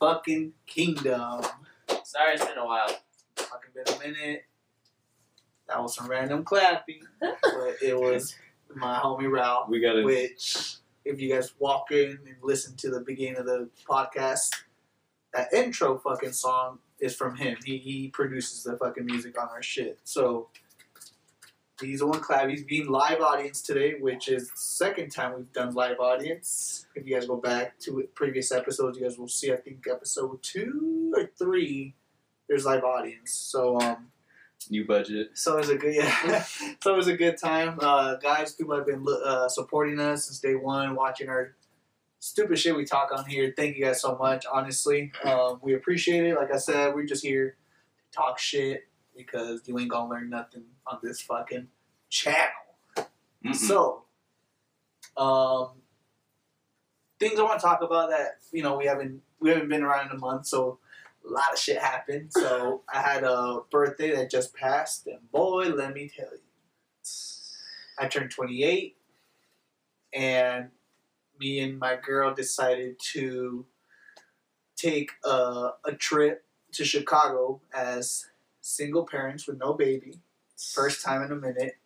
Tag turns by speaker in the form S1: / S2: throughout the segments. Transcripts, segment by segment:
S1: fucking kingdom.
S2: Sorry, it's been a while.
S1: Fucking been a minute. That was some random clapping, but it was my homie Ralph.
S3: We gotta.
S1: Which, if you guys walk in and listen to the beginning of the podcast, that intro fucking song is from him. He he produces the fucking music on our shit. So he's the one clap. He's being live audience today, which is the second time we've done live audience. If you guys go back to it- previous episodes, you guys will see. I think episode two or three, there's live audience. So um.
S3: New budget.
S1: So it was a good, yeah. so it was a good time. Uh, guys, people have been uh, supporting us since day one, watching our stupid shit we talk on here. Thank you guys so much. Honestly, um, we appreciate it. Like I said, we're just here to talk shit because you ain't gonna learn nothing on this fucking channel. So, um, things I want to talk about that you know we haven't we haven't been around in a month, so a lot of shit happened. So I had a birthday that just passed, and boy, let me tell you, I turned 28, and me and my girl decided to take a, a trip to Chicago as single parents with no baby, first time in a minute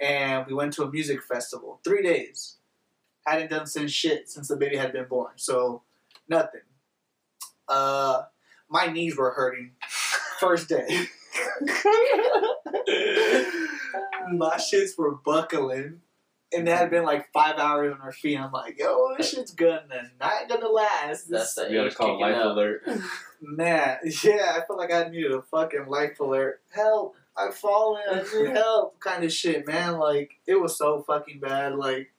S1: and we went to a music festival. Three days. Hadn't done since shit since the baby had been born. So nothing. Uh my knees were hurting first day. my shits were buckling. And it had been like five hours on our feet. I'm like, yo, this shit's gonna not gonna last. This,
S2: That's the
S3: we gotta
S2: age
S3: call
S2: kicking
S3: life
S2: up.
S3: alert.
S1: man, yeah, I felt like I needed a fucking life alert. Help! I've fallen. I need help. Kind of shit, man. Like it was so fucking bad. Like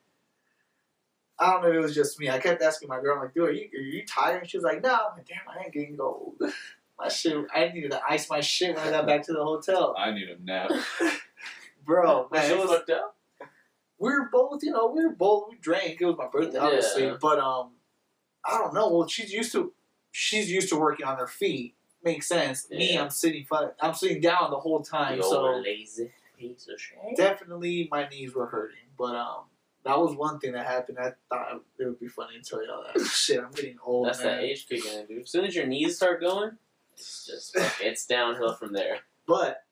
S1: I don't know if it was just me. I kept asking my girl, I'm like, dude, are you, are you tired? And she was like, no. I'm like, damn, I ain't getting old. My shit, I needed to ice my shit when I got back to the hotel.
S3: I need a nap.
S1: Bro,
S2: Was
S1: man,
S2: she
S1: it was
S2: fucked up?
S1: we were both, you know, we were both, we drank. It was my birthday, obviously.
S2: Yeah.
S1: But um, I don't know. Well, she's used to, she's used to working on her feet. Makes sense. Me,
S2: Yeah.
S1: I'm sitting, fu- I'm sitting down the whole time.
S2: You
S1: so
S2: old lazy piece of shit.
S1: definitely my knees were hurting. But um, that was one thing that happened. I thought it would be funny to tell y'all that. Shit, I'm getting old.
S2: That's
S1: man.
S2: that age kicking in, dude. As soon as your knees start going, it's just fuck, it's downhill from there.
S1: But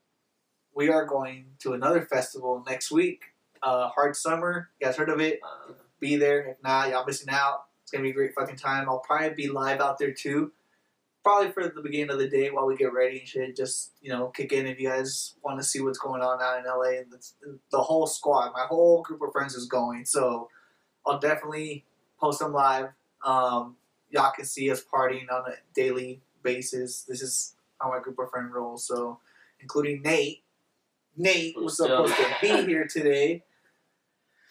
S1: we are going to another festival next week. Uh, Hard Summer. You guys heard of it?
S2: Uh,
S1: be there. If not, y'all missing out. It's gonna be a great fucking time. I'll probably be live out there too. Probably for the beginning of the day while we get ready and shit. Just you know, kick in if you guys want to see what's going on out in LA. And that's- the whole squad, my whole group of friends is going, so I'll definitely post them live. Um, y'all can see us partying on a daily basis. This is how my group of friends roll. So, including Nate. Nate was supposed to be here today.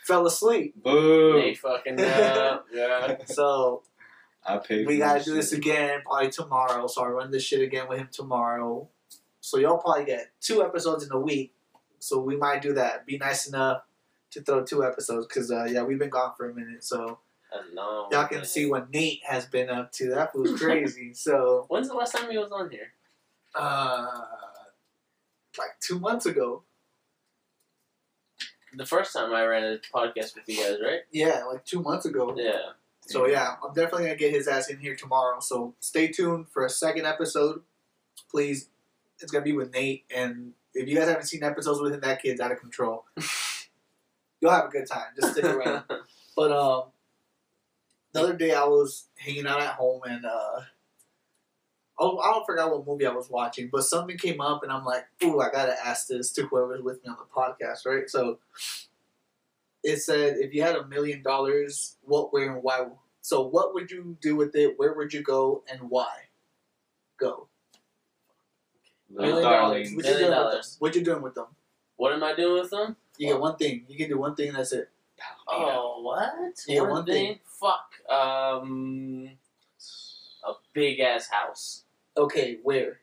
S1: Fell asleep.
S3: Boo!
S2: they fucking up. Yeah.
S1: So
S3: I paid.
S1: we
S3: for
S1: gotta do this
S3: shit.
S1: again probably tomorrow. So I run this shit again with him tomorrow. So y'all probably get two episodes in a week. So we might do that. Be nice enough to throw two episodes because uh, yeah, we've been gone for a minute. So
S2: A long
S1: y'all can
S2: way.
S1: see what Nate has been up to. That was crazy. so
S2: When's the last time he was on here?
S1: uh, like two months ago,
S2: The first time I ran a podcast with you guys, right?
S1: yeah, like two months ago.
S2: Yeah.
S1: So yeah, I'm definitely gonna get his ass in here tomorrow. So stay tuned for a second episode, please. It's gonna be with Nate, and if you guys haven't seen episodes with him, that kid's out of control. You'll have a good time. Just stick around. but um, the other day I was hanging out at home, and uh, oh, I don't forget what movie I was watching, but something came up, and I'm like, ooh, I gotta ask this to whoever's with me on the podcast, right? So it said if you had a million dollars, what, where, and why? So what would you do with it? Where would you go, and why? Go.
S3: Little
S2: Million
S3: darling.
S1: What you
S2: Million
S1: doing with them?
S2: dollars.
S1: What you doing with them?
S2: what am I doing with them?
S1: You get one thing. You can do one thing. That's it.
S2: Oh, what?
S1: Yeah, one
S2: Fuck. Um, a big ass house
S1: Okay, where?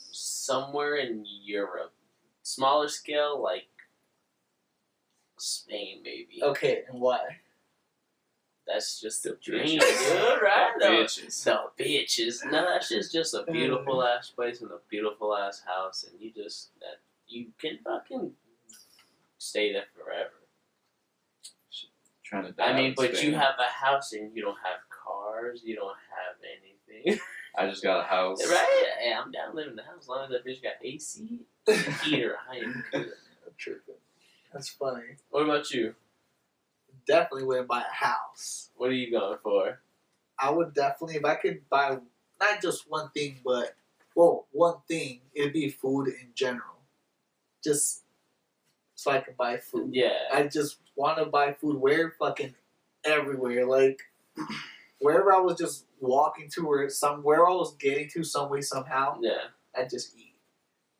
S2: somewhere in Europe, smaller scale, like Spain, maybe.
S1: Okay, and why?
S2: That's just a dream,
S3: Bitches.
S2: dude. Right? The,
S3: Bitches.
S2: the bitches. No, that's just just a beautiful ass place and a beautiful ass house, and you just that you can fucking stay there forever.
S3: Trying to. die
S2: I mean,
S3: in
S2: but
S3: Spain.
S2: you have a house and you don't have car cars. You don't have anything,
S3: I just got a house.
S2: right? Hey, I'm down living in the house as long as that bitch got AC, heater, I am good.
S1: Tripping. That's funny.
S2: What about you?
S1: Definitely wouldn't buy a house.
S2: What are you going for?
S1: I would definitely, if I could buy not just one thing, but well, one thing, it'd be food in general. Just so I could buy food.
S2: Yeah,
S1: I just want to buy food where fucking everywhere. Like wherever I was just walking to or somewhere I was getting to some way somehow,
S2: yeah.
S1: I just eat.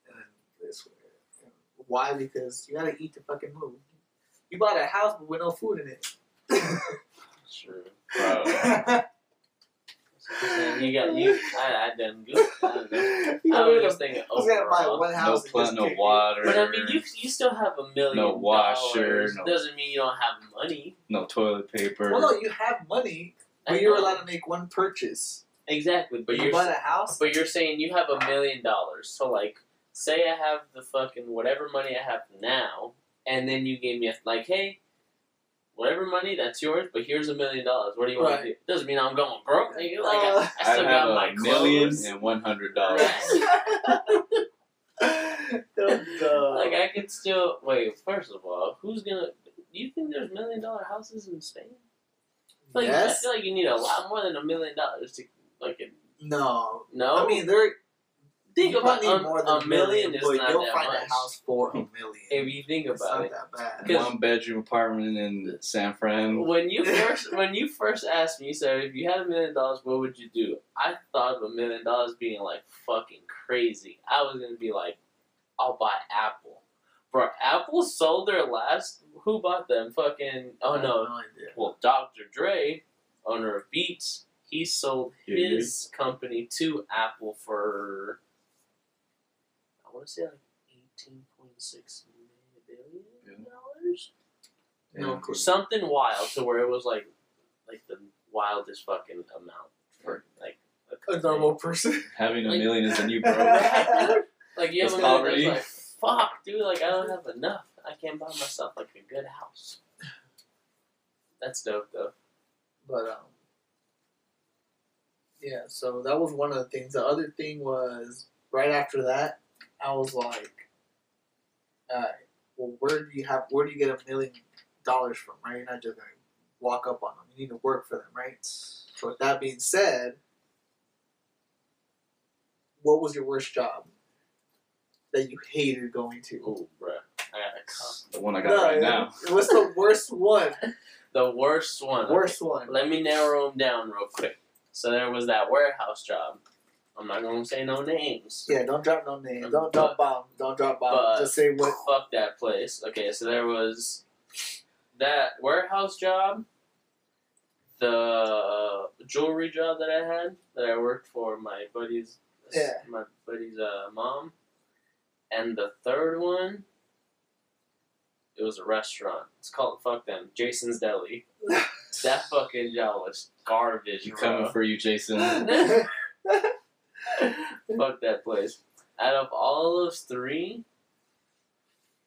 S1: And then this way. Why? Because you gotta eat to fucking move. You bought a house but with no food in it.
S2: True.
S3: Bro.
S2: you got you. I, I done good. I don't know.
S1: You
S2: I was
S1: know,
S2: just thinking
S1: I was gonna buy
S2: overall.
S1: one
S3: No
S1: house. and
S3: plant,
S1: just
S3: no
S1: kick it.
S3: water.
S2: But I mean, you you still have a million
S3: No washer,
S2: dollars.
S3: no-
S2: Doesn't mean you don't have money.
S3: no toilet paper.
S1: Well, no, you have money,
S2: I
S1: but you're
S2: know.
S1: allowed to make one purchase.
S2: exactly. But
S1: you
S2: you're
S1: bought a house.
S2: but you're saying you have a million dollars. So like, say I have the fucking whatever money I have now, and then you gave me a, like, hey, whatever money that's yours, but here's a million dollars. What do you want
S1: Right.
S2: to do? Doesn't mean I'm going broke. Nigga. Like I, I
S3: I
S2: still
S3: have
S2: got
S3: a
S2: my
S3: million
S2: clothes.
S3: and one hundred dollars.
S1: Don't go.
S2: Like I could still wait. First of all, who's gonna? Do you think there's million dollar houses in Spain? I feel like, I
S1: yes.
S2: feel like you need a lot more than a million dollars to fucking
S1: No.
S2: no.
S1: I mean, they're.
S2: think
S1: you
S2: about
S1: might need
S2: a,
S1: more than
S2: a million is
S1: but
S2: not
S1: you'll
S2: that
S1: find
S2: much.
S1: a house for a million.
S2: If you think
S1: it's
S2: about
S1: not
S2: it,
S1: that bad.
S2: Because-
S3: One bedroom apartment in San Fran.
S2: when you first when you first asked me, you said if you had a million dollars, what would you do? I thought of a million dollars being like fucking crazy. I was gonna be like, I'll buy Apple. Bro, Apple sold their last. Who bought them? Fucking.
S1: I
S2: Oh
S1: have
S2: no,
S1: no idea.
S2: Well, Dr. Dre, owner of Beats, he sold
S3: Yeah,
S2: his company to Apple for I want to say like eighteen point six billion dollars,
S1: No clue.
S2: something wild, to where it was like like the wildest fucking amount for like a
S1: A
S2: company.
S1: normal person.
S3: Having a
S2: Like-
S3: million is a new bro.
S1: Right.
S2: Like you have
S3: It's
S2: a million,
S3: poverty.
S2: like fuck, dude. Like I don't have enough. I can't buy myself like a good house. That's dope though.
S1: But um, yeah. So that was one of the things. The other thing was right after that, I was like, all right, well, where do you have? Where do you get a million dollars from? Right? You're not just gonna walk up on them. You need to work for them, right? So with that being said, what was your worst job that you hated going to?
S2: Ooh, bruh. I got a cup.
S3: The one I got Oh right now.
S1: What's the worst one?
S2: The worst one.
S1: Worst one.
S2: Let me narrow them down real quick. So there was that warehouse job. I'm not gonna say no names.
S1: Yeah, don't drop no names. Don't drop bomb. Don't drop bomb.
S2: But-
S1: Just say what.
S2: Fuck that place. Okay, so there was that warehouse job, the jewelry job that I had that I worked for my buddy's
S1: Yeah.
S2: my buddy's uh, mom, and the third one. It was a restaurant. It's called fuck them, Jason's Deli. That fucking job was garbage.
S3: I'm
S2: bro.
S3: coming for you, Jason.
S2: Fuck that place. Out of all those three,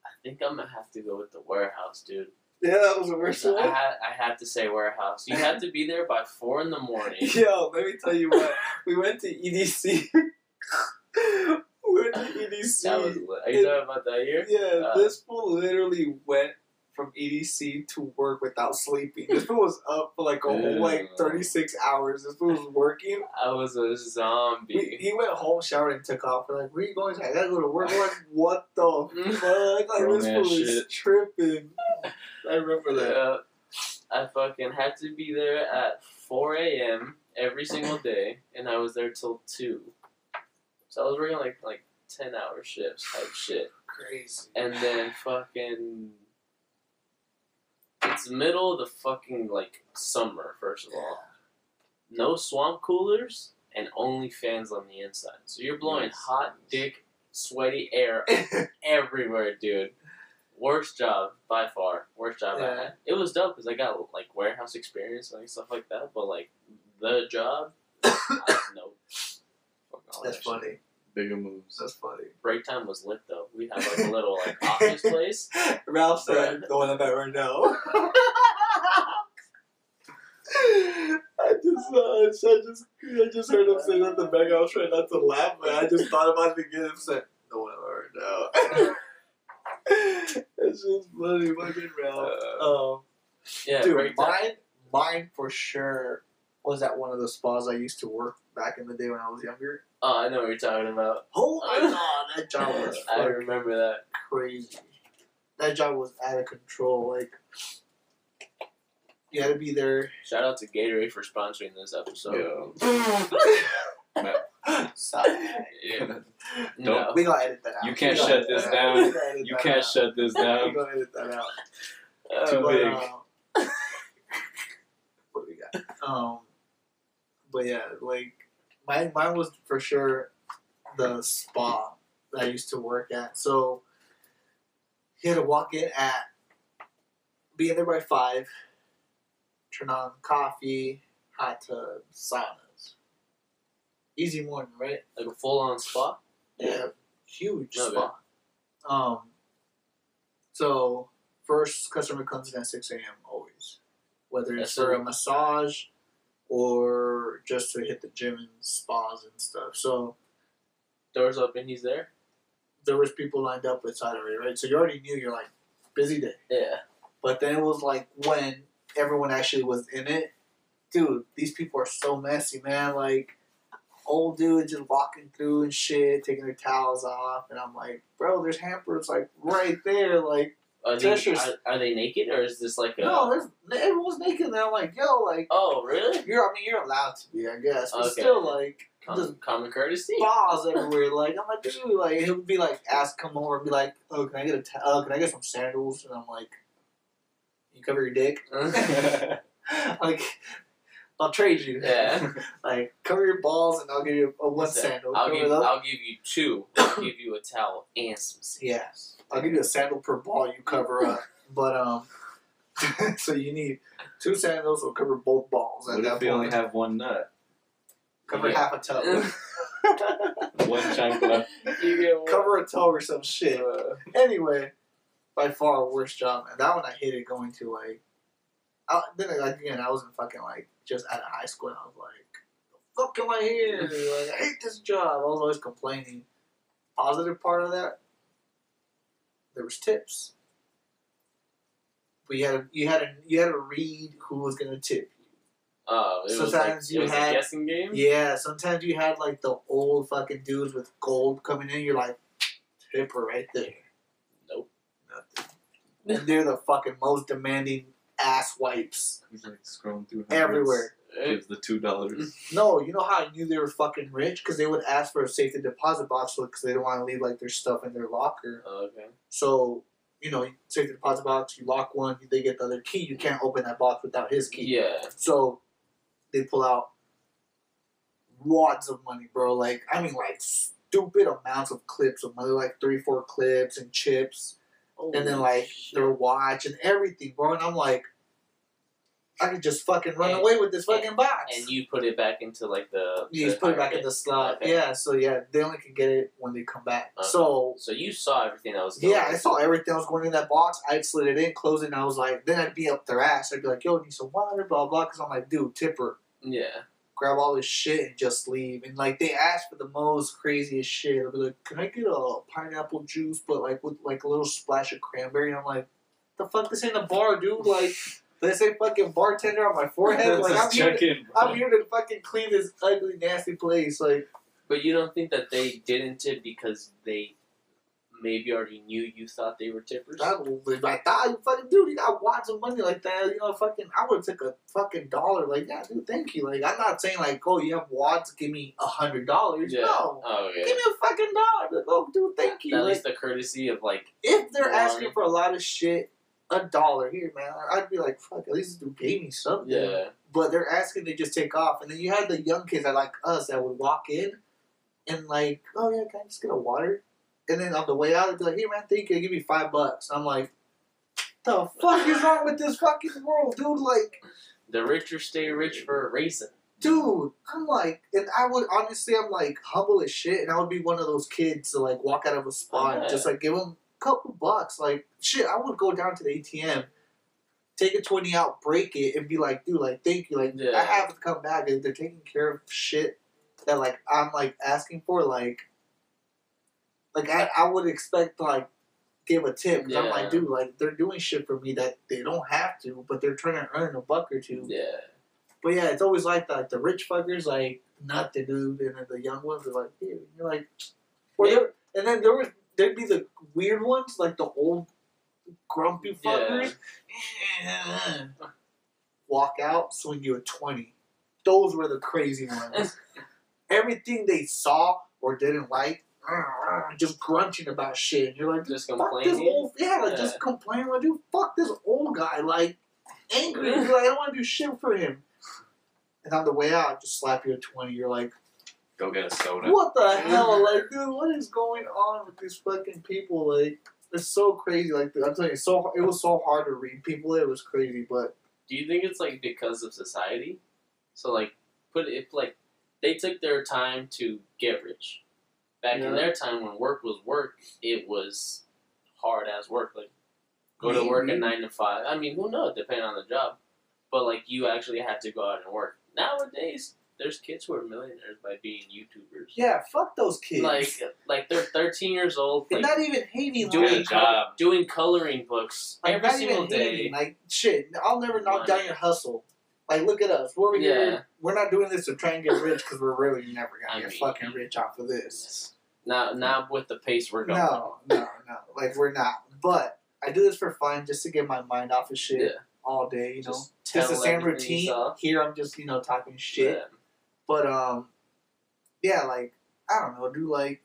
S2: I think I'm gonna have to go with the warehouse, dude.
S1: Yeah, that was the worst
S2: I
S1: one.
S2: had I had to say warehouse. You have to be there by four in the morning.
S1: Yo, let me tell you what. We went to EDC. we went to EDC.
S2: That was lit. Are you talking about that year?
S1: yeah,
S2: uh,
S1: this fool literally went from EDC to work without sleeping. This fool was up for like a whole like
S2: Ew.
S1: 36 hours. This fool was working.
S2: I was a
S1: We,
S2: zombie.
S1: he went home, showered, and took off. We're like, where you going? He's like, I gotta go to work. We're like, what the fuck? Like,
S3: Grown
S1: this
S3: ass
S1: fool is
S3: shit.
S1: tripping. I remember that.
S2: Yeah. I fucking had to be there at 4 a.m. every single day, and I was there till 2. So I was working like like 10 hour shifts type shit.
S1: Crazy.
S2: and then fucking it's middle of the fucking like summer first of all no swamp coolers and only fans on the inside so you're blowing
S3: Nice.
S2: hot dick sweaty air everywhere dude worst job by far worst job i
S1: Yeah.
S2: had it was dope because i got like warehouse experience and like, stuff like that but like the job no
S1: That's funny.
S3: Bigger moves.
S1: That's funny.
S2: break time was lit though we have like a little like office place
S1: Ralph said the one I'm at right now. I just saw that shit. I just, I just heard him say that in the back. I was trying not to laugh, but I just thought about it again and said, no one ever no. it's just bloody fucking round. Um,
S2: Yeah,
S1: dude,
S2: break down.
S1: mine, mine for sure was at one of the spas I used to work back in the day when I was younger.
S2: Oh, I know what you're talking about.
S1: Oh my god, that job was
S2: I
S1: fucking
S2: remember that.
S1: crazy. That job was out of control. Like, you had to be there.
S2: Shout out to Gatorade for sponsoring this episode.
S3: Yeah.
S1: Sorry.
S2: Yeah.
S3: Don't-
S1: We gonna edit that out.
S3: You can't
S1: We gonna
S3: shut
S1: edit
S3: this
S1: that
S3: down.
S1: out. We gonna edit
S3: You
S1: that
S3: can't
S1: out.
S3: shut this
S1: We
S3: down.
S1: gonna edit that out.
S2: No.
S3: Too
S2: Oh,
S1: But,
S3: big.
S1: um, what do we got? Um, but yeah, like mine, mine was for sure the spa that I used to work at. So you had to walk in at be in there by five, turn on coffee, hot tub, saunas. Easy morning, right?
S2: like a full on spa?
S1: Yeah, huge
S2: Okay.
S1: spot. Um, so first customer comes in at six a.m. always, whether it's
S2: That's
S1: for
S2: it.
S1: a massage or just to hit the gym and spas and stuff. So
S2: Doors open, he's there?
S1: there was people lined up with Saturday, right? So you already knew you're like busy day.
S2: Yeah.
S1: But then it was like when everyone actually was in it, dude. These people are so messy, man. Like old dudes just walking through and shit, taking their towels off, and I'm like, bro, there's hampers like right there. Like
S2: Are they,
S1: That's just-
S2: are, are they naked or is this like a.
S1: no, there's everyone's naked. And I'm like, yo, like
S2: Oh, really?
S1: you're. I mean, you're allowed to be, I guess, but
S2: Okay.
S1: still like. Just
S2: Common, common courtesy?
S1: balls everywhere, like I'm like, dude, like it would be like, ask come over and be like, oh, can I get a, ta- uh, can I get some sandals? And I'm like, you cover your dick, like I'll trade you.
S2: Yeah.
S1: Like cover your balls and I'll give you a one
S2: That's it.
S1: sandal.
S2: I'll
S1: cover
S2: give,
S1: those.
S2: I'll give you two. I'll give you a towel and some sand.
S1: yeah. I'll give you a sandal per ball you cover up. But um so you need two sandals will cover both balls at
S3: What
S1: that
S3: if we
S1: point.
S3: only have one nut?
S1: cover
S2: Yeah.
S1: half a toe.
S3: One chunk left.
S2: You get one.
S1: cover a toe or some shit.
S2: Uh,
S1: Anyway, by far worst job and that one I hated going to like I, then like, again I was in fucking like just out of high school and I was like fuck am I here? Like I hate this job. I was always complaining. Positive part of that, there was tips. But you had to, you had to, you had to read who was gonna tip.
S2: oh, it was like,
S1: Sometimes you
S2: it was
S1: had-
S2: a guessing game?
S1: Yeah, sometimes you had like the old fucking dudes with gold coming in. You're like tipper right there.
S2: Nope.
S1: Nothing. And they're the fucking most demanding ass wipes
S3: He's like scrolling through. hundreds.
S1: everywhere.
S2: Uh,
S3: Gives the two dollars.
S1: No, you know how I knew they were fucking rich because they would ask for a safety deposit box because they didn't want to leave like their stuff in their locker.
S2: Oh, Okay.
S1: So you know, safety deposit box. You lock one, they get the other key. You can't open that box without his key.
S2: Yeah.
S1: So they pull out wads of money, bro. Like I mean, like stupid amounts of clips of money, like three, four clips and chips, and then like their watch and everything, bro. And I'm like, I could just fucking run
S2: And-
S1: away with this fucking box.
S2: And you put it back into like the.
S1: You
S2: the
S1: just put it back in
S2: hierarchy.
S1: the slot.
S2: Okay. Uh-huh.
S1: Yeah, so yeah, they only can get it when they come back.
S2: Okay.
S1: So
S2: So you saw everything that was going
S1: yeah,
S2: on.
S1: I saw everything that was going in that box. I slid it in, closed it, and I was like, then I'd be up their ass. I'd be like, yo, need some water, blah blah. Because I'm like, dude, tipper,
S2: Yeah.
S1: grab all this shit and just leave. And like they asked for the most craziest shit. I'd be like, can I get a pineapple juice, but like with like a little splash of cranberry? And I'm like, the fuck, this ain't a bar, dude. Like, this ain't fucking bartender on my forehead. Like, I'm
S3: Just
S1: here, to,
S3: checking.
S1: I'm here to fucking clean this ugly, nasty place. Like.
S2: But you don't think that they didn't tip because they maybe already knew you thought they were tippers?
S1: I was like, ah, you fucking dude, you got wads of money like that. You know, fucking, I would have took a fucking dollar. Like, yeah, dude, thank you. Like, I'm not saying like, oh, you have wads, give me a hundred dollars.
S2: Yeah.
S1: No,
S2: Oh, yeah.
S1: give me a fucking dollar. Like, oh, dude, thank you.
S2: At
S1: Like,
S2: least the courtesy of like,
S1: if they're asking
S2: Dollar.
S1: for a lot of shit, a dollar here, man. I'd be like, fuck, at least you gave me something.
S2: yeah,
S1: But they're asking to just take off, and then you had the young kids that like us that would walk in, and like, oh yeah, can I just get a water? And then on the way out, they'd be like, hey man, thank you, give me five bucks. I'm like, the fuck is wrong with this fucking world, dude? Like,
S2: the richer stay rich for a reason.
S1: dude, I'm like, and I would honestly, I'm like humble as shit, and I would be one of those kids to like walk out of a spot and
S2: Yeah.
S1: just like give them a couple bucks. Like, shit, I would go down to the ATM, take a twenty out, break it, and be like, dude, like thank you, like
S2: Yeah.
S1: I have to come back. If they're taking care of shit that like I'm like asking for, like, like I, I would expect to, like give a tip 'cause I'm
S2: Yeah.
S1: like, dude, like they're doing shit for me that they don't have to, but they're trying to earn a buck or two.
S2: Yeah.
S1: But yeah, it's always like that. Like, the rich fuckers, like nothing, dude, and then the young ones are like, dude, you're like, or
S2: Yeah.
S1: there- and then there was there'd be the weird ones, like the old grumpy fuckers. Walk out, swing you a twenty. Those were the crazy ones. Everything they saw or didn't like, just grunting about shit. And you're like,
S2: Just
S1: fuck this
S2: complaining.
S1: old yeah, like
S2: Yeah.
S1: just complain like dude, fuck this old guy, like angry. He's like, I don't want to do shit for him. And on the way out, just slap you a twenty. You're like,
S3: Go get a soda.
S1: what the hell, like dude, what is going on with these fucking people? Like, it's so crazy. Like I'm telling you, it's so it was so hard to read people. It was crazy, but
S2: Do you think it's like because of society? So like, put it if, like they took their time to get rich. Back
S1: Yeah.
S2: in their time, when work was work, it was hard as work. Like go to
S1: Maybe.
S2: work at nine to five. I mean, who knows? Depending on the job, but like you actually had to go out and work. Nowadays, there's kids who are millionaires by being YouTubers.
S1: yeah, fuck those kids.
S2: Like like they're thirteen years old.
S1: and
S2: Like,
S1: not even hating
S2: doing
S3: Get
S1: like,
S3: a job.
S2: doing coloring books
S1: like,
S2: every
S1: not
S2: single
S1: even hating,
S2: day.
S1: Like shit, I'll never knock
S2: Like-
S1: down your hustle. Like look at us, we're
S2: Yeah.
S1: here. We're not doing this to try and get rich because we're really never
S2: I
S1: gonna get
S2: mean-
S1: fucking rich off of this.
S2: Not not with the pace we're going.
S1: No, no, no. Like we're not. But I do this for fun, just to get my mind off of shit
S2: Yeah.
S1: all day. You know,
S2: Just
S1: just the
S2: tell
S1: same
S2: everything you
S1: routine.
S2: saw.
S1: Here I'm just you know talking shit.
S2: Yeah.
S1: But um, yeah, like I don't know, do like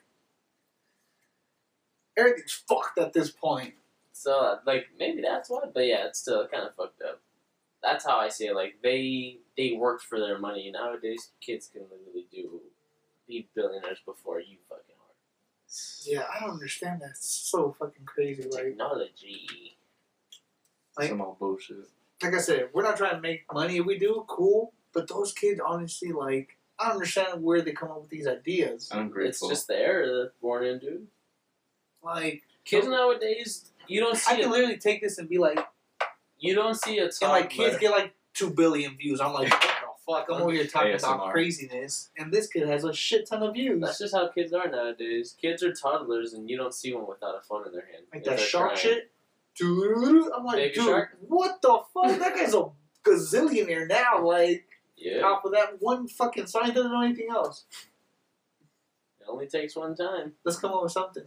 S1: everything's fucked at this point.
S2: So like maybe that's why, but yeah, it's still kind of fucked up. That's how I see it. Like they they worked for their money. Nowadays, kids can literally do be billionaires before you fucking are.
S1: Yeah, I don't understand that. It's so fucking crazy. Like,
S2: Technology.
S1: Like-
S3: Some old bullshit.
S1: like I said, we're not trying to make money. If we do, cool. But those kids, honestly, like I don't understand where they come up with these ideas.
S3: I'm grateful.
S2: It's just the era that's born in, dude.
S1: Like
S2: Kids nowadays, you don't
S1: I
S2: see
S1: can
S2: a,
S1: literally take this and be like.
S2: you don't see a
S1: And
S2: ton
S1: like kids get like two billion views. I'm like, what the fuck? I'm over here talking about
S3: ASMR.
S1: craziness, and this kid has a shit ton of views.
S2: That's just how kids are nowadays. Kids are toddlers, and you don't see one without a phone in their hand.
S1: Like
S2: if
S1: that
S2: they're
S1: shark
S2: trying.
S1: shit. Dude, I'm like,
S2: Baby
S1: dude,
S2: shark?
S1: what the fuck? That guy's a gazillionaire now. Like,
S2: Yeah,
S1: off of that one fucking sign, doesn't know anything else.
S2: it only takes one time.
S1: Let's come up with something.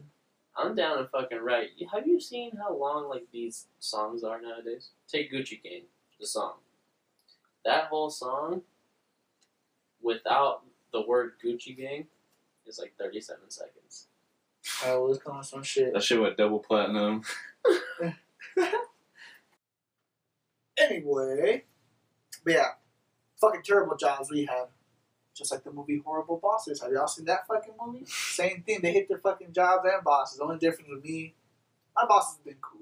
S2: I'm down and fucking right. You- Have you seen how long like these songs are nowadays? Take Gucci Gang, the song. That whole song, without the word Gucci Gang, is like 37 seconds.
S1: All right, well, let's come up with some shit.
S3: that shit went double platinum.
S1: Anyway, but yeah, fucking terrible jobs we have. Just like the movie Horrible Bosses. Have y'all seen that fucking movie? Same thing. They hit their fucking jobs and bosses. The only difference with me, my boss has been cool,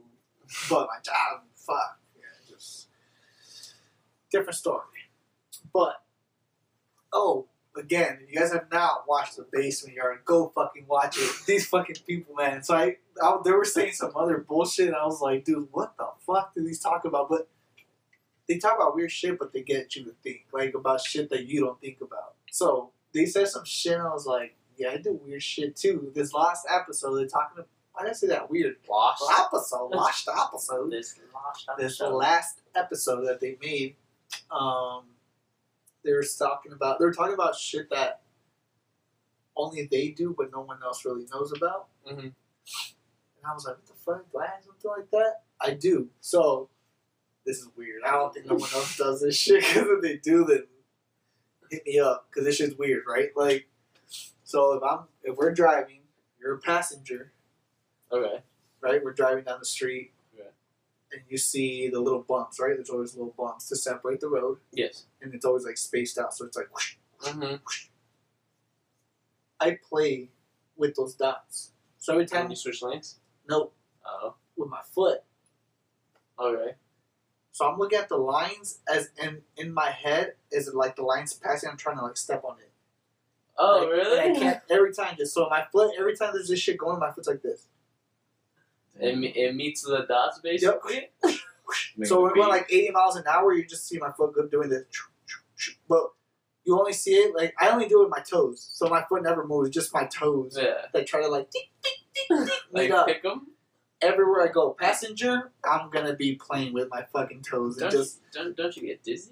S1: but my job, fuck, yeah, just different story. But oh, again, if you guys have not watched The Basement Yard, go fucking watch it. These fucking people, man. So I, I they were saying some other bullshit. And I was like, dude, what the fuck do these talk about? But they talk about weird shit, but they get you to think like about shit that you don't think about. So they said some shit, and I was like, yeah, I do weird shit too. This last episode, they're talking. About, why did I say that weird?
S2: Lost.
S1: Episode, watch the episode
S2: This lost.
S1: this
S2: episode.
S1: last episode that they made, um, they were talking about they were talking about shit that only they do, but no one else really knows about.
S2: Mhm.
S1: And I was like, "What the fuck? Do I have something like that?" I do. So this is weird. I don't think no one else does this shit because if they do, then hit me up because this shit's weird, right? Like, so if I'm if we're driving, you're a passenger
S2: Okay.
S1: right? We're driving down the street,
S2: Yeah.
S1: and you see the little bumps, right? There's always little bumps to separate the road,
S2: Yes.
S1: and it's always like spaced out, so it's like whoosh.
S2: Mm-hmm.
S1: I play with those dots. So every
S2: Can
S1: time,
S2: you switch lanes?
S1: no,
S2: Oh.
S1: with my foot.
S2: Okay.
S1: So I'm looking at the lines as in in my head is like the lines passing. I'm trying to like step on it.
S2: Oh
S1: Like,
S2: really?
S1: And I can't every time. Just so my foot. Every time there's this shit going, my foot's like this.
S2: It, me- it meets the dots basically.
S1: whoosh.
S3: Make
S1: So
S3: the
S1: we're going
S3: beat.
S1: like 80 miles an hour. You just see my foot go- doing the, but you only see it like I only do it with my toes. So my foot never moves, just my toes.
S2: Yeah.
S1: They try to like tick, tick, tick, tick,
S2: Like
S1: me up.
S2: pick them.
S1: everywhere I go. Passenger, I'm gonna be playing with my fucking toes and
S2: Don't,
S1: just
S2: you, don't don't you get dizzy?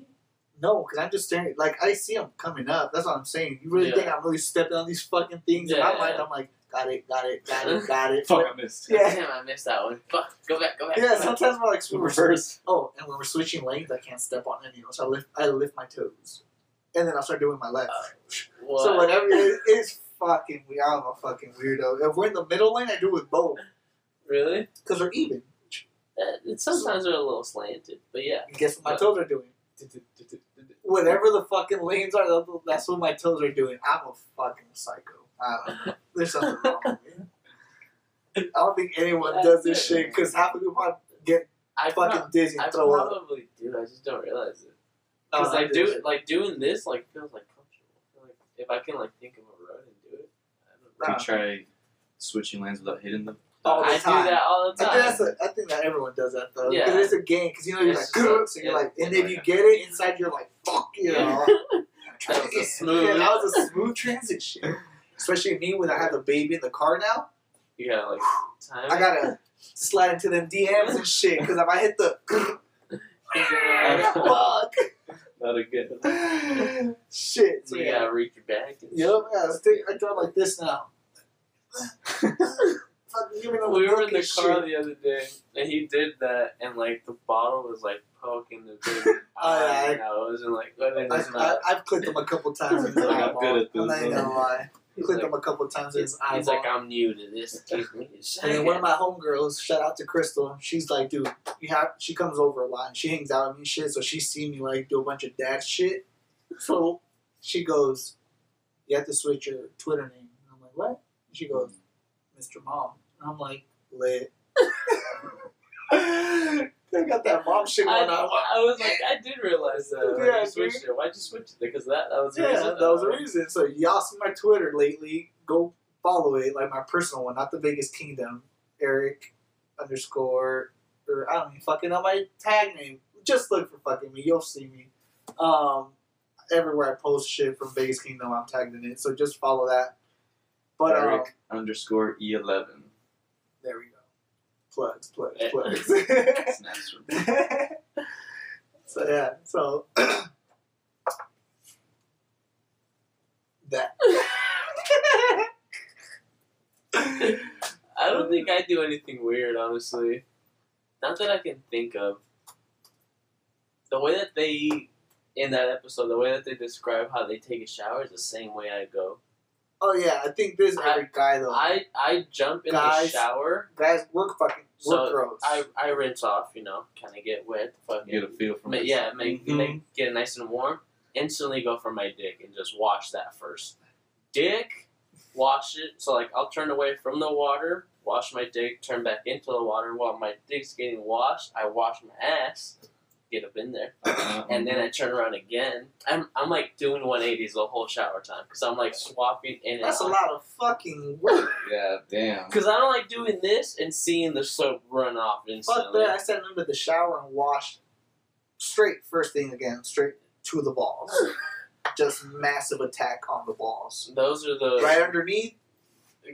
S1: no, because I'm just staring. Like I see them coming up. That's what I'm saying. You really
S2: Yeah.
S1: think I'm really stepping on these fucking things? In my
S2: Yeah.
S1: mind, I'm like, got it, got it, got it, got it.
S3: Fuck, I missed.
S1: Yeah.
S2: Damn, I missed that one. Fuck. Go back. Go back.
S1: Yeah,
S2: go back.
S1: sometimes we're like when we're
S3: Reverse.
S1: Oh, and when we're switching lanes, I can't step on any of them, so I lift, I lift my toes, and then I start doing my left.
S2: Uh, What?
S1: So whatever it is, it's fucking. We I'm a fucking weirdo. If we're in the middle lane, I do with both
S2: Really?
S1: because they're even.
S2: That, Uh, it, sometimes they're a little slanted, but yeah.
S1: And guess what my toes are doing? Whatever the fucking lanes are, that's- that's what my toes are doing. I'm a fucking psycho. I don't know. There's something wrong with me. I don't think anyone
S2: That's
S1: does this
S2: it.
S1: shit because half of you probably
S2: I
S1: fucking
S2: prob-
S1: dizzy
S2: I
S1: and throw up.
S2: probably do. I just don't realize it.
S1: No,
S2: Because
S1: I
S2: like
S1: do.
S2: Oh, do like doing this like feels like comfortable. I feel like if I can like think of a road and do it, I don't know.
S3: You try switching lanes without hitting them.
S1: All the
S2: I
S1: time.
S2: do that all the
S1: I
S2: time.
S1: think, that's a, I think that everyone does that though.
S2: Yeah.
S1: Because it's a game. Because you know you're
S2: It's
S1: like,
S2: so-
S1: so you're
S2: yeah.
S1: like, and if you get it inside, you're like, fuck you. know.
S2: That was a
S1: Yeah,
S2: smooth-
S1: that was a smooth transition. Especially me when I have a baby in the car now.
S2: you gotta like time.
S1: I gotta slide into them DMs and shit. Cause if I hit the fuck,
S3: Not again.
S1: shit.
S2: So
S1: So
S2: you
S1: yeah.
S2: gotta reach your back. And
S1: Yep. I, stick, I drive like this now. Fucking give me the
S2: We were
S1: look
S2: in the
S1: and
S2: car
S1: shit.
S2: the other day, and he did that, and like the bottle was like poking the baby eye and nose, and like what in his
S1: I,
S2: mouth.
S1: I, I've clicked him a couple times. In his
S3: I'm not
S1: eyeball.
S3: good at
S1: I'm not
S3: this,
S1: even
S3: huh?
S1: gonna lie.
S2: He's
S1: clicked
S2: like,
S1: him a couple times in his
S2: he's,
S1: eyeball.
S2: he's like, I'm new to this. Give me a shake.
S1: And then one of my homegirls, shout out to Crystal, she's like, dude, you have she comes over a lot and she hangs out with me and shit, so she's seen me like do a bunch of dad shit. So she goes, You have to switch your Twitter name. And I'm like, What? And she goes, Mr. Mom. And I'm like, lit. they got that mom shit
S2: I,
S1: going on.
S2: I was like, I did realize that. when
S1: Yeah,
S2: you switched it. Why'd you switch it? Because that, that was the
S1: Yeah,
S2: reason.
S1: that was the reason. So y'all see my Twitter lately. Go follow it, like my personal one, not the Vegas Kingdom. Eric underscore or I don't even fucking know my tag name. Just look for fucking me. You'll see me. Um, everywhere I post shit from Vegas Kingdom, I'm tagged in it. So just follow that. But um,
S3: Eric underscore E E11.
S1: there we go. Plugs, plugs,
S2: Eh.
S1: plugs.
S3: Snaps from
S1: so yeah, so that.
S2: I don't think I do anything weird, honestly. Not that I can think of. The way that they eat in that episode, the way that they describe how they take a shower is the same way I go.
S1: Oh yeah, I think this
S2: I-
S1: every guy though.
S2: I, I jump in
S1: Guys.
S2: the shower,
S1: Guys, we're fucking we're
S2: So,
S1: gross.
S2: I, I rinse off, you know, kind of get wet, fucking
S3: Get a feel from
S2: Ma-
S3: it.
S2: yeah, make,
S1: Mhm.
S2: make get it nice and warm. Instantly go for my dick and just wash that first. Dick, wash it. So like I'll turn away from the water, wash my dick, turn back into the water. While my dick's getting washed, I wash my ass, get up in there,
S3: Uh,
S2: and then I turn around again. I'm I'm like doing 180s the whole shower time because I'm like swapping in and
S1: That's a
S2: out.
S1: lot of fucking work.
S3: yeah, damn.
S2: Because I don't like doing this and seeing the soap run off instantly.
S1: Fuck that. I sent him to the shower and washed straight first thing again, straight to the balls. Just massive attack on the balls.
S2: Those are the
S1: Right underneath,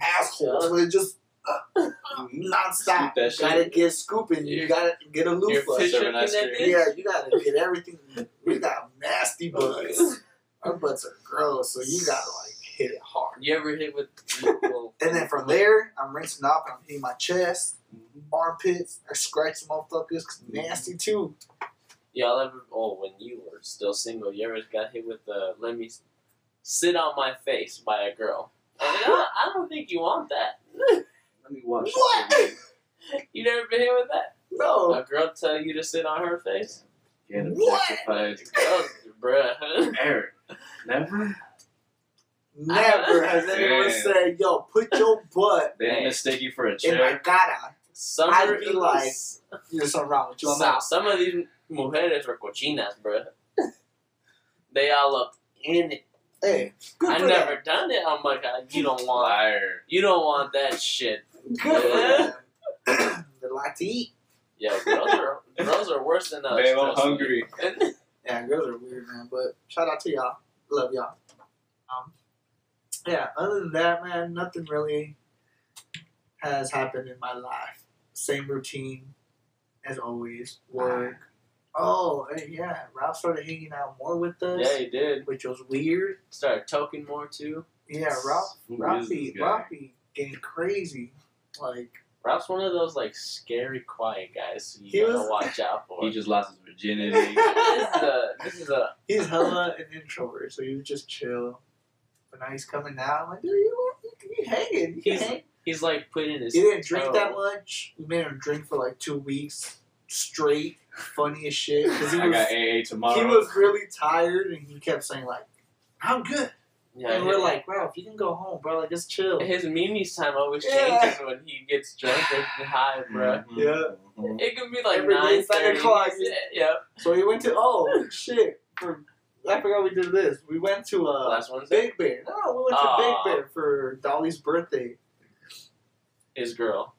S1: assholes. So it just uh, nonstop.
S3: Scoop that
S1: You
S3: shit.
S1: gotta get scooping. You gotta get a
S2: Your
S1: loofah.
S2: fisher
S3: Serving ice cream.
S2: connected.
S1: Yeah, you gotta get everything. We got nasty
S2: Oh,
S1: butts. Our butts are gross, so you gotta like hit it hard.
S2: You ever hit with?
S1: And then from there, I'm rinsing off. I'm hitting my chest,
S2: Mm-hmm.
S1: armpits. I scratch motherfuckers. 'cause nasty too.
S2: y'all ever? Oh, when you were still single, you ever got hit with the "Let me s- sit on my face" by a girl? I, mean, I, don't- I don't think you want that.
S3: Let me
S2: Oh,
S3: watch.
S1: What?
S2: You never been hit with that?
S1: No.
S2: A girl tell you to sit on her face?
S3: Get
S1: What?
S3: objectified.
S2: Girls, bruh.
S3: Eric, never.
S1: Never has anyone
S3: Damn.
S1: said, "Yo, put your butt
S3: They
S2: Hey.
S3: didn't mistake you for a
S1: in my
S3: chair.
S1: gotta."
S2: Some
S1: I'd be like,
S2: some,
S1: There's something wrong with you. I'm out.
S2: some of these mujeres are cochinas, bruh. They all up in it.
S1: Hey, good
S2: I
S1: for
S2: never done it. I'm like, I- you don't want,
S3: Liar.
S2: you don't want that shit.
S1: them. Good for them. they like to eat.
S2: Yeah, girls are Girls are worse than us.
S3: Babe, I'm
S2: trust
S3: hungry.
S2: me.
S1: Yeah, girls are weird, man. But shout out to y'all. Love y'all. Um, yeah. Other than that, man, nothing really has happened in my life. Same routine as always. Work. Oh, and yeah. Ralph started hanging out more with us,
S2: yeah, you did.
S1: which was weird.
S2: Started talking more too.
S1: Yeah, Ralph.
S3: Who is
S1: Ralphie.
S3: this guy?
S1: Ralphie getting crazy. Like
S2: Ralph's one of those like scary quiet guys so
S1: He
S2: you gotta
S1: was-
S2: watch out for.
S3: He just lost his virginity.
S2: this is a this is a
S1: he's hella an introvert, so he was just chill. But now he's coming out. I'm like, dude, you, you, you hanging? You
S2: He's-
S1: hanging.
S2: he's like putting his
S1: He didn't drink that
S2: toe-
S1: much. We made him drink for like two weeks straight. Funny as shit. Because he
S3: I got
S1: was,
S3: AA
S1: he
S3: tomorrow.
S1: was really tired and he kept saying, like, I'm good.
S2: Yeah,
S1: and
S2: his,
S1: we're like, Ralph, you can go home, bro. Like, it's chill.
S2: his Mimi's time always
S1: Yeah.
S2: changes when he gets drunk and high, bro.
S3: Mhm.
S1: Yeah.
S3: Mhm.
S2: It could be like
S1: Every day,
S2: nine
S1: it's nine o'clock.
S2: Yeah,
S1: So we went to, oh, shit. For, I forgot we did this. We went to uh,
S2: last Wednesday,
S1: Big Bear. No, we went to
S2: Aw.
S1: Big Bear for Dolly's birthday.
S2: his girl.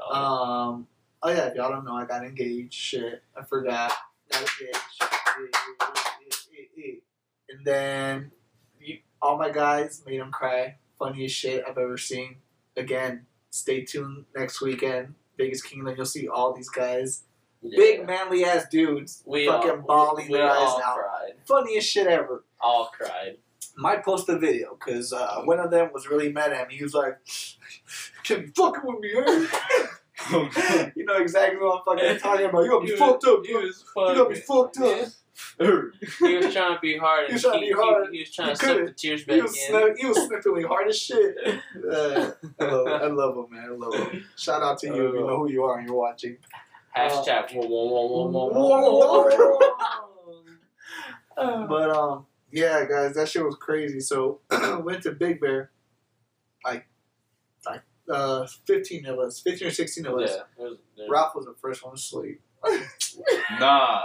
S2: Oh,
S1: Um, oh, yeah, if y'all don't know, I got engaged. Shit. I forgot. Got engaged. Eh, eh, eh, eh, eh, eh. And then
S2: You-
S1: all my guys made him cry. Funniest shit I've ever seen. Again, stay tuned next weekend. Biggest Kingdom, you'll see all these guys.
S2: yeah.
S1: Big manly ass dudes.
S2: we
S1: fucking
S2: all,
S1: bawling
S2: we, we
S1: their eyes
S2: all
S1: out.
S2: cried,
S1: Funniest shit ever.
S2: all cried.
S1: Might post a video because uh, one of them was really mad at me. He was like, "Can you fucking with me?" eh?" you know exactly what I'm fucking talking about. You gonna be
S2: You-
S1: fucked up.
S2: He
S1: You
S2: was
S1: you gonna be
S2: fucking-
S1: fucked up.
S2: He was trying to be hard.
S1: He
S2: And
S1: was trying to
S2: he,
S1: be hard.
S2: He, he was trying
S1: He
S2: to suck the
S1: couldn't.
S2: tears back
S1: He was,
S2: in.
S1: sniff- he was sniffing me hard as shit. Uh, I, love, I love him, man. I love him. Shout out to you. if You know who you are and you're watching.
S2: Hashtag whoa, whoa, whoa, whoa, whoa,
S1: Whoa,
S2: whoa, whoa.
S1: But um, yeah, guys, that shit was crazy. So went to Big Bear, like, like uh, fifteen of us, fifteen or sixteen of
S2: yeah,
S1: us.
S2: it was, it was,
S1: Ralph was the first one to sleep.
S3: Nah.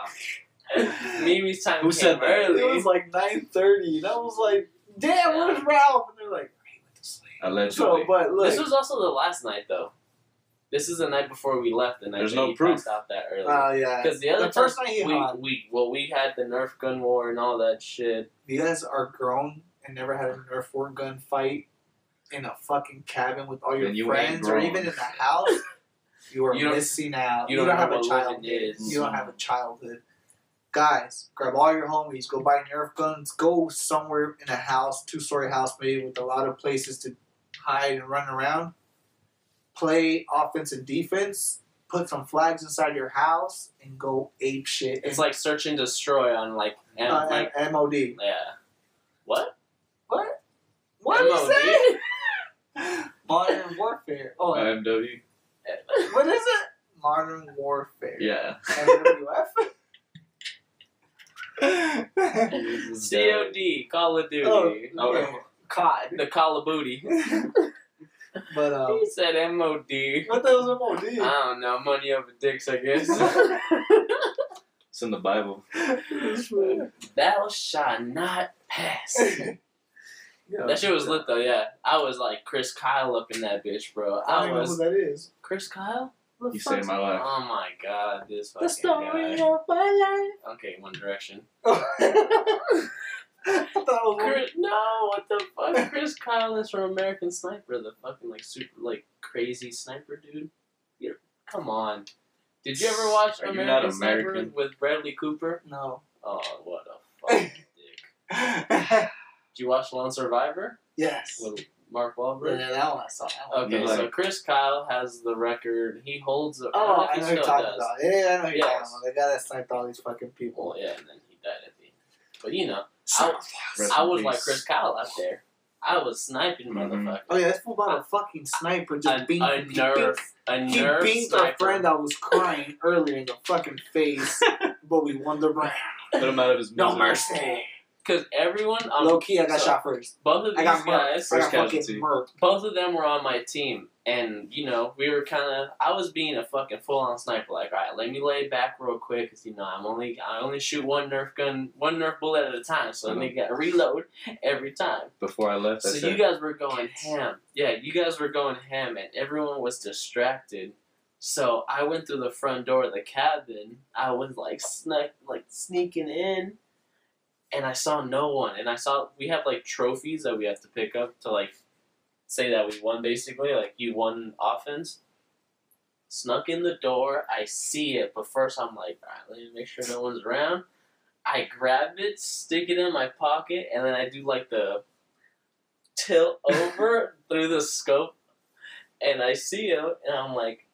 S2: Mimi's time
S3: Who
S2: came
S3: said that?
S2: early.
S1: It was like nine thirty, and I was like, "Damn, where's Ralph?" And they're like, "He went to sleep." So,
S3: Allegedly.
S1: but look,
S2: this was also the last night though. This is the night before we left, and I
S3: There's
S2: think
S3: no
S2: he
S3: proof.
S2: passed out that early.
S1: oh yeah,
S2: Because the other
S1: the first
S2: time
S1: night he
S2: we,
S1: hung.
S2: we well we had the Nerf gun war and all that shit.
S1: you guys are grown and never had a Nerf war gun fight in a fucking cabin with all your
S3: Then you ain't
S1: friends or
S3: grown.
S1: even in the house. You are
S2: You don't-
S1: missing out.
S2: you don't know
S1: have a
S2: what
S1: childhood.
S2: living is.
S1: You don't have a childhood. Guys, grab all your homies, go buy Nerf guns, go somewhere in a house, two story house maybe with a lot of places to hide and run around. Play offense and defense. Put some flags inside your house and go ape shit.
S2: It's
S1: and,
S2: like search and destroy on like and
S1: uh,
S2: like
S1: MOD.
S2: yeah. What?
S1: What? What is
S2: MOD?
S1: that? Modern Warfare. Oh,
S3: IMW.
S1: what is it? Modern Warfare.
S3: Yeah.
S1: MWF?
S2: COD, Call of Duty,
S1: oh,
S3: Oh,
S1: yeah. COD.
S2: the Call of Booty.
S1: but, um,
S2: he said MOD.
S1: what the hell's MOD?
S2: I don't know, money over dicks, I guess.
S3: It's in the Bible.
S2: Thou shall not pass. That shit was lit though, yeah. I was like Chris Kyle up in that bitch, bro.
S1: I
S2: I
S1: don't even know who
S2: was
S1: that is.
S2: Chris Kyle.
S1: What the
S3: You saved
S1: fuck's-
S3: my life.
S2: Oh my god, this
S1: The
S2: fucking
S1: story
S2: guy.
S1: of my
S2: Okay, One Direction.
S1: life. I thought it was one-
S2: Chris, no, what the fuck? Chris Kyle is from American Sniper, the fucking like super like crazy sniper dude. Yeah, come on. Did you ever watch
S3: Are you
S2: American,
S3: not
S2: Sniper
S3: American?
S2: with Bradley Cooper?
S1: No.
S2: Oh, what a fucking dick. Did you watch Lone Survivor
S1: yes.
S2: with Mark
S1: Yeah,
S2: Wahlberg?
S1: that one I saw. That one.
S2: Okay,
S3: Like-
S2: so Chris Kyle has the record. He holds the.
S1: Oh,
S2: I
S1: I know who
S2: don't know if he
S1: you're
S2: still
S1: talking
S2: does.
S1: about. Yeah, I know who you're
S2: Yes.
S1: talking about. The guy that sniped all these fucking people.
S2: Well, yeah, and then he died at the end. But you know, I,
S3: Rest
S2: I
S3: in
S2: was
S3: peace.
S2: like Chris Kyle out there. I was sniping
S3: Mhm.
S2: motherfucker.
S1: Oh yeah, that's fool bought a fucking sniper just
S2: A-
S1: being
S2: a nerf, a
S1: He
S2: nerf
S1: beat our
S2: sniper.
S1: friend that was crying earlier in the fucking face, but we won the round.
S3: Put him out of his
S1: No
S3: misery.
S1: mercy.
S2: Because everyone, um,
S1: Low key, I got
S2: so-
S1: shot first.
S2: both of
S1: I
S2: these
S1: got murked.
S2: guys,
S1: I got
S3: First
S1: fucking
S3: casualty.
S1: murked.
S2: both of them were on my team, and you know, we were kind of. I was being a fucking full-on sniper. Like, all right, let me lay back real quick, cause you know, I'm only I only shoot one nerf gun, one nerf bullet at a time, so
S3: Mhm.
S1: Uh-huh.
S2: they got to reload every time.
S3: Before I left, I
S2: So
S3: said,
S2: you guys were going ham. Yeah, you guys were going ham, and everyone was distracted So I went through the front door of the cabin. I was like snuck, like sneaking in, and I saw no one. And I saw we have like trophies that we have to pick up to like say that we won. Basically, like you won offense. Snuck in the door. I see it, but first I'm like, all right, let me make sure no one's around. I grab it, stick it in my pocket, and then I do like the tilt over through the scope, and I see him, and I'm like,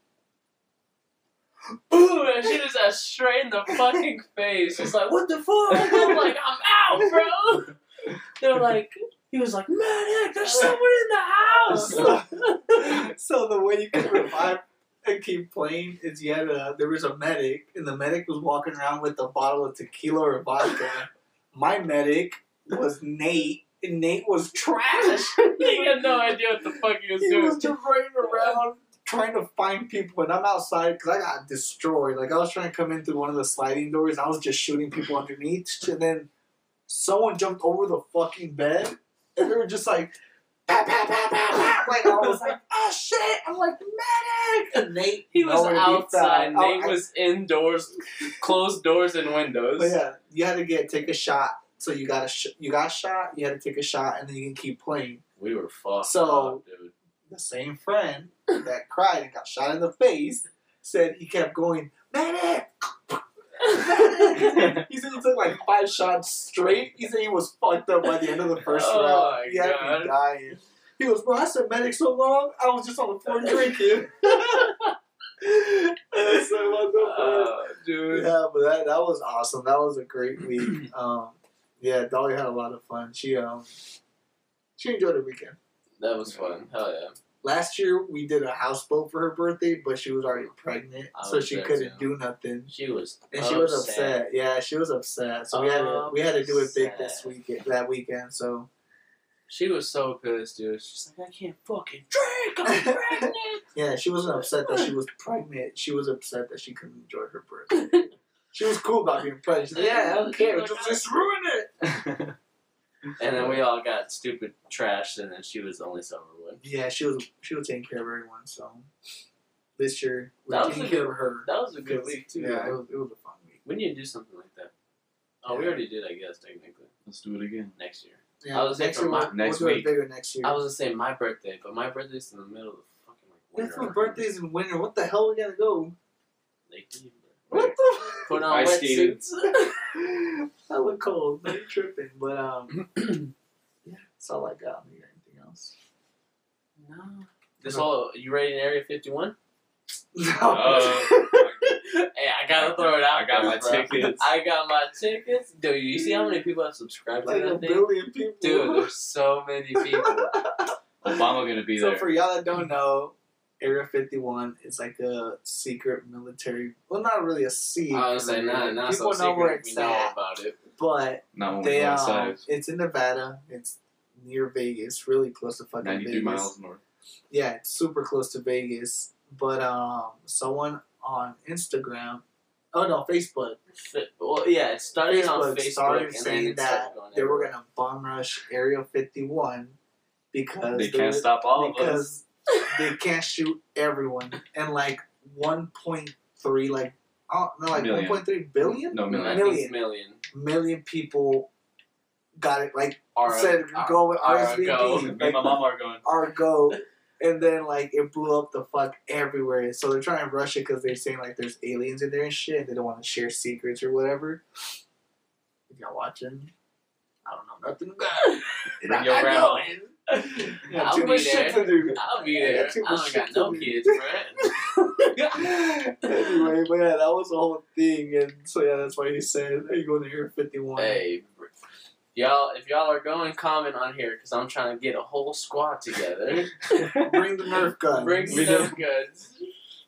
S2: boom! And she just got straight in the fucking face. It's like, what the fuck? I'm like, I'm out, bro. They're like, he was like, medic, there's someone in the house.
S1: so the way you can revive and keep playing is you had a there was a medic and the medic was walking around with a bottle of tequila or vodka. My medic was Nate and Nate was trash.
S2: he had no idea what the fuck he was
S1: he was
S2: doing.
S1: just running around trying to find people, and I'm outside because I got destroyed. Like I was trying to come in through one of the sliding doors, I was just shooting people underneath, and then someone jumped over the fucking bed, and they were just like. "Bah, bah, bah, bah, bah," Like I was like, oh shit! I'm like medic. And Nate,
S2: He was
S1: nowhere to be
S2: outside.
S1: found.
S2: Oh,
S1: Oh,
S2: Nate
S1: I-
S2: was indoors, closed doors and windows.
S1: But yeah, you had to get take a shot. So you got a sh- you got shot. You had to take a shot, and then you can keep playing.
S2: We were fucked
S1: So-
S2: up, dude.
S1: the same friend that cried and got shot in the face said he kept going, medic! medic!" he said he took like five shots straight. He said he was fucked up by the end of the first
S2: Oh
S1: round.
S2: my
S1: He had
S2: God.
S1: me dying. He goes, bro, I said medic so long, I was just on the floor drinking. And so what the fuck?
S2: Oh, dude.
S1: Yeah, but that that was awesome. That was a great week. Um, yeah, Dolly had a lot of fun. She um she enjoyed her weekend.
S2: That was fun. Hell yeah.
S1: Last year we did a houseboat for her birthday, but she was already pregnant,
S2: I
S1: so
S2: was
S1: she
S2: there,
S1: couldn't do
S2: too.
S1: nothing.
S2: She was
S1: And she was upset. Yeah, she was upset. So we had to we had to do it big this
S2: Upset.
S1: weekend that weekend. So
S2: She was so pissed, dude. She's like, I can't fucking drink. I'm pregnant.
S1: yeah, she wasn't upset that she was pregnant. She was upset that she couldn't enjoy her birthday. she was cool about being pregnant. She's like, yeah, I don't care. Just, just ruin it.
S2: and then we all got stupid trashed, and then she was the only sober one.
S1: Yeah, she was she was taking care of everyone. So this year we
S2: That
S1: were
S2: was
S1: taking
S2: a
S1: care of her.
S2: That was a good week too.
S1: Yeah, it was, it was a fun week.
S2: We need to do something like that. Oh, we
S1: Yeah.
S2: already did, I guess, technically.
S3: Let's do it again.
S2: Next year.
S1: Yeah,
S2: I was there
S1: next
S2: for
S1: year
S2: my-
S1: we'll-
S3: next
S1: we'll do it
S3: week.
S1: bigger next year.
S2: I was gonna say my birthday, but my birthday's in the middle of the fucking like
S1: That's
S2: winter.
S1: my birthday's in winter. What the hell we gotta go?
S2: Like,
S1: What the?
S2: Put on
S3: Ice skating.
S2: wetsuits.
S1: I look cold. No, you're tripping. But um, yeah, that's all I got. I don't need anything else.
S2: No. This whole you ready in Area 51?
S3: Oh.
S2: Hey, I gotta throw it out.
S3: I got
S2: there,
S3: my
S2: bro.
S3: tickets.
S2: I got my tickets. Dude, you see how many people have subscribed to
S1: like a
S2: that thing?
S1: billion people.
S2: Dude, there's so many people.
S3: Obama gonna be
S1: so
S3: there.
S1: for y'all that don't know, Area 51 is like a secret military. Well, not really a secret.
S2: I was like, nah, nah,
S1: people
S2: so
S1: know where
S2: secret. We
S1: it's
S2: know
S1: at,
S2: about it.
S1: but
S3: Not when we
S1: they
S3: go
S1: um,
S3: outside.
S1: it's in Nevada. It's near Vegas, really close to fucking
S3: Ninety-three
S1: Vegas.
S3: miles north.
S1: yeah, it's super close to Vegas. But um, someone on Instagram, oh no, Facebook,
S2: F- Well, yeah, it started on
S1: Facebook
S2: Facebook,
S1: started
S2: and
S1: saying
S2: then it
S1: that
S2: started going
S1: they were
S2: everywhere.
S1: gonna bomb rush Area 51 because
S3: They
S1: they
S3: can't stop all of us.
S1: because they can't shoot everyone and like 1.3 like oh no like
S3: Million.
S1: 1.3 billion
S3: No
S2: I
S3: million.
S2: think
S1: million.
S2: it's million.
S1: million people got it like
S2: Our-
S1: said
S2: our-
S1: go with
S2: our
S1: RSVP
S2: go.
S3: Oh, Me and my mom are going.
S1: our go. And then like it blew up the fuck everywhere. So they're trying to rush it because they're saying like there's aliens in there and shit. And they don't want to share secrets or whatever. If y'all watching, I don't know nothing about. it.
S3: Bring
S1: I-
S3: your
S1: I
S3: grandma.
S1: know it. Got
S2: I'll
S1: too
S2: be
S1: much
S2: there.
S1: shit to do.
S2: I'll be
S1: I got
S2: there.
S1: too
S2: I
S1: much
S2: don't
S1: shit
S2: got
S1: to
S2: no
S1: do.
S2: kids, man.
S1: anyway, but yeah, that was the whole thing. And so yeah, that's why he said, "Are you going to hear 51?"
S2: Hey, br- y'all, if y'all are going, comment on here because I'm trying to get a whole squad together.
S1: Bring the Nerf gun.
S2: Bring
S3: We
S2: some goods.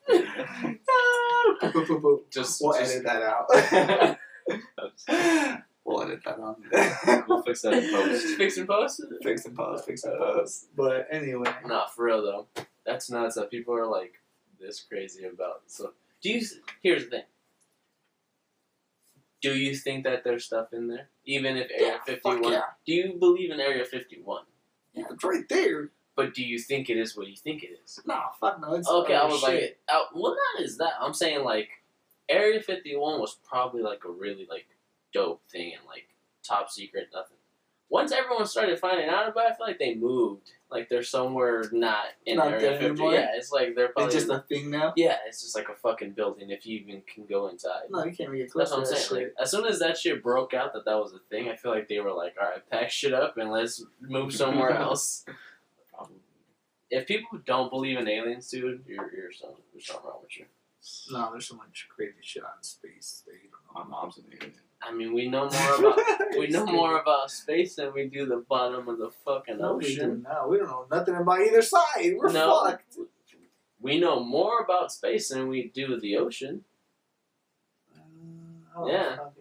S2: Just,
S1: We'll
S2: just
S1: edit that out. we'll edit that on. there.
S3: We'll fix that in post.
S2: fix and post.
S1: fix and pause, fix and pause. But anyway,
S2: Nah, for real though, that's nuts that people are like this crazy about. So, do you? Here's the thing. Do you think that there's stuff in there, even if Area
S1: fuck
S2: 51?
S1: yeah.
S2: Do you believe in Area 51?
S1: yeah, it's right there.
S2: But do you think it is what you think it is?
S1: No, fuck no. It's
S2: Okay, I
S1: other
S2: was
S1: shit.
S2: like, I, well, not as that. I'm saying like, Area 51 was probably like a really like dope thing and like top secret nothing. Once everyone started finding out about it, I feel like they moved. Like they're somewhere not in
S1: Not
S2: Area
S1: there
S2: 51.
S1: anymore?
S2: Yeah, it's like they're probably
S1: it's just a thing now.
S2: yeah, it's just like a fucking building if you even can go inside.
S1: No, you can't really get close
S2: That's what I'm
S1: to that
S2: saying.
S1: shit.
S2: Like, as soon as that shit broke out that that was a thing, I feel like they were like, "All right, pack shit up and let's move somewhere else." If people don't believe in aliens, dude, you're you're something, there's something wrong with you.
S1: No, there's so much crazy shit on space that you
S3: My mom's an alien.
S2: I mean, we know more
S1: don't know.
S2: about we know more about space than we do the bottom of the fucking
S1: No, we
S2: ocean.
S1: do not. We don't know nothing about either side. We're
S2: no,
S1: fucked.
S2: we know more about space than we do the ocean.
S1: Uh, I don't
S2: Yeah.
S1: fucking-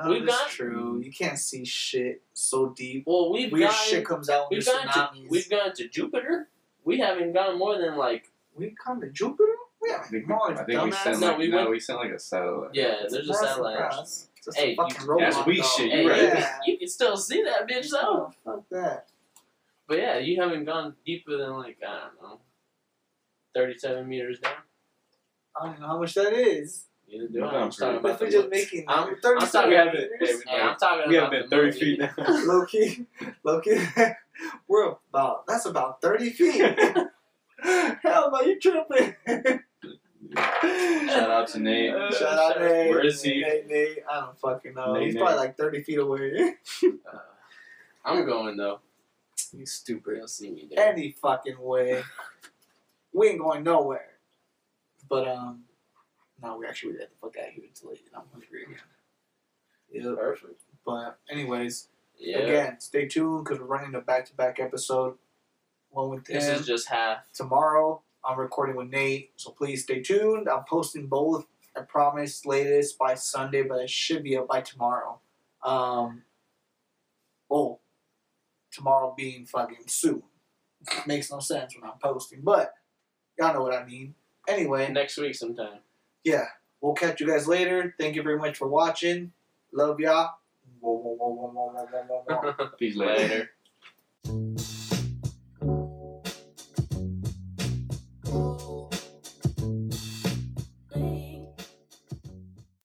S1: None
S2: We've
S1: of this
S2: got-
S1: true. You can't see shit so deep.
S2: Well, we've
S1: Weird
S2: gotten-
S1: shit comes out when
S2: we've
S1: there's
S2: gone to
S1: tsunamis.
S2: we've gone to Jupiter. We haven't gone more than like
S1: We've come to Jupiter. We
S3: I
S1: haven't
S3: think,
S1: been
S3: we,
S1: more
S3: I think we
S1: dumbass.
S3: sent
S2: No,
S3: like
S2: we
S3: no,
S2: went-
S3: we sent like a satellite.
S2: yeah. There's a
S1: That's
S2: satellite.
S1: us. It's just
S2: Hey,
S1: a fucking
S2: you-
S1: robot.
S3: That's weak
S1: dog.
S3: shit,
S2: Hey,
S3: you right.
S2: you,
S1: Yeah.
S2: can, you can still see that bitch though.
S1: Oh, fuck that.
S2: But yeah, you haven't gone deeper than like I don't know, thirty-seven meters down.
S1: I don't know how much that is.
S2: Neither do
S3: No,
S2: I. I'm
S3: I'm
S2: just
S3: pretty-
S2: talking
S1: But
S2: about
S1: we're
S2: the
S1: just
S2: movie.
S1: making
S2: I'm- I'm
S1: 37
S2: sorry, we
S3: haven't- hey,
S1: meters.
S3: we-
S2: Hey, I'm talking
S3: We
S2: about
S3: haven't
S2: the
S3: been thirty
S2: movie.
S3: feet now.
S1: low key, low key. We're about that's about thirty feet. Hell no, you tripping?
S3: Shout out to Nate.
S2: Uh,
S1: Shout out Nate.
S3: Where is he?
S1: Nate, Nate. I don't fucking know.
S3: Nate,
S1: He's
S3: Nate.
S1: probably like thirty feet away.
S2: Uh, I'm going though.
S1: you stupid.
S2: You'll see me there.
S1: Any fucking way. We ain't going nowhere. But um, no, we actually got the fuck out of here until late, and I'm hungry again. Yep.
S2: Perfect.
S1: But anyways,
S2: Yeah.
S1: again, stay tuned because we're running a back-to-back episode. One with
S2: This
S1: him.
S2: is just half.
S1: tomorrow. I'm recording with Nate, so please stay tuned. I'm posting both, I promise, latest by Sunday, but it should be up by tomorrow. Um, oh, tomorrow being fucking soon. Makes no sense when I'm posting, but y'all know what I mean. Anyway,
S2: Next week sometime.
S1: yeah, we'll catch you guys later. Thank you very much for watching. Love y'all. Whoa, whoa, whoa, whoa, whoa, whoa, whoa, whoa, whoa.
S3: Peace later.
S2: Later.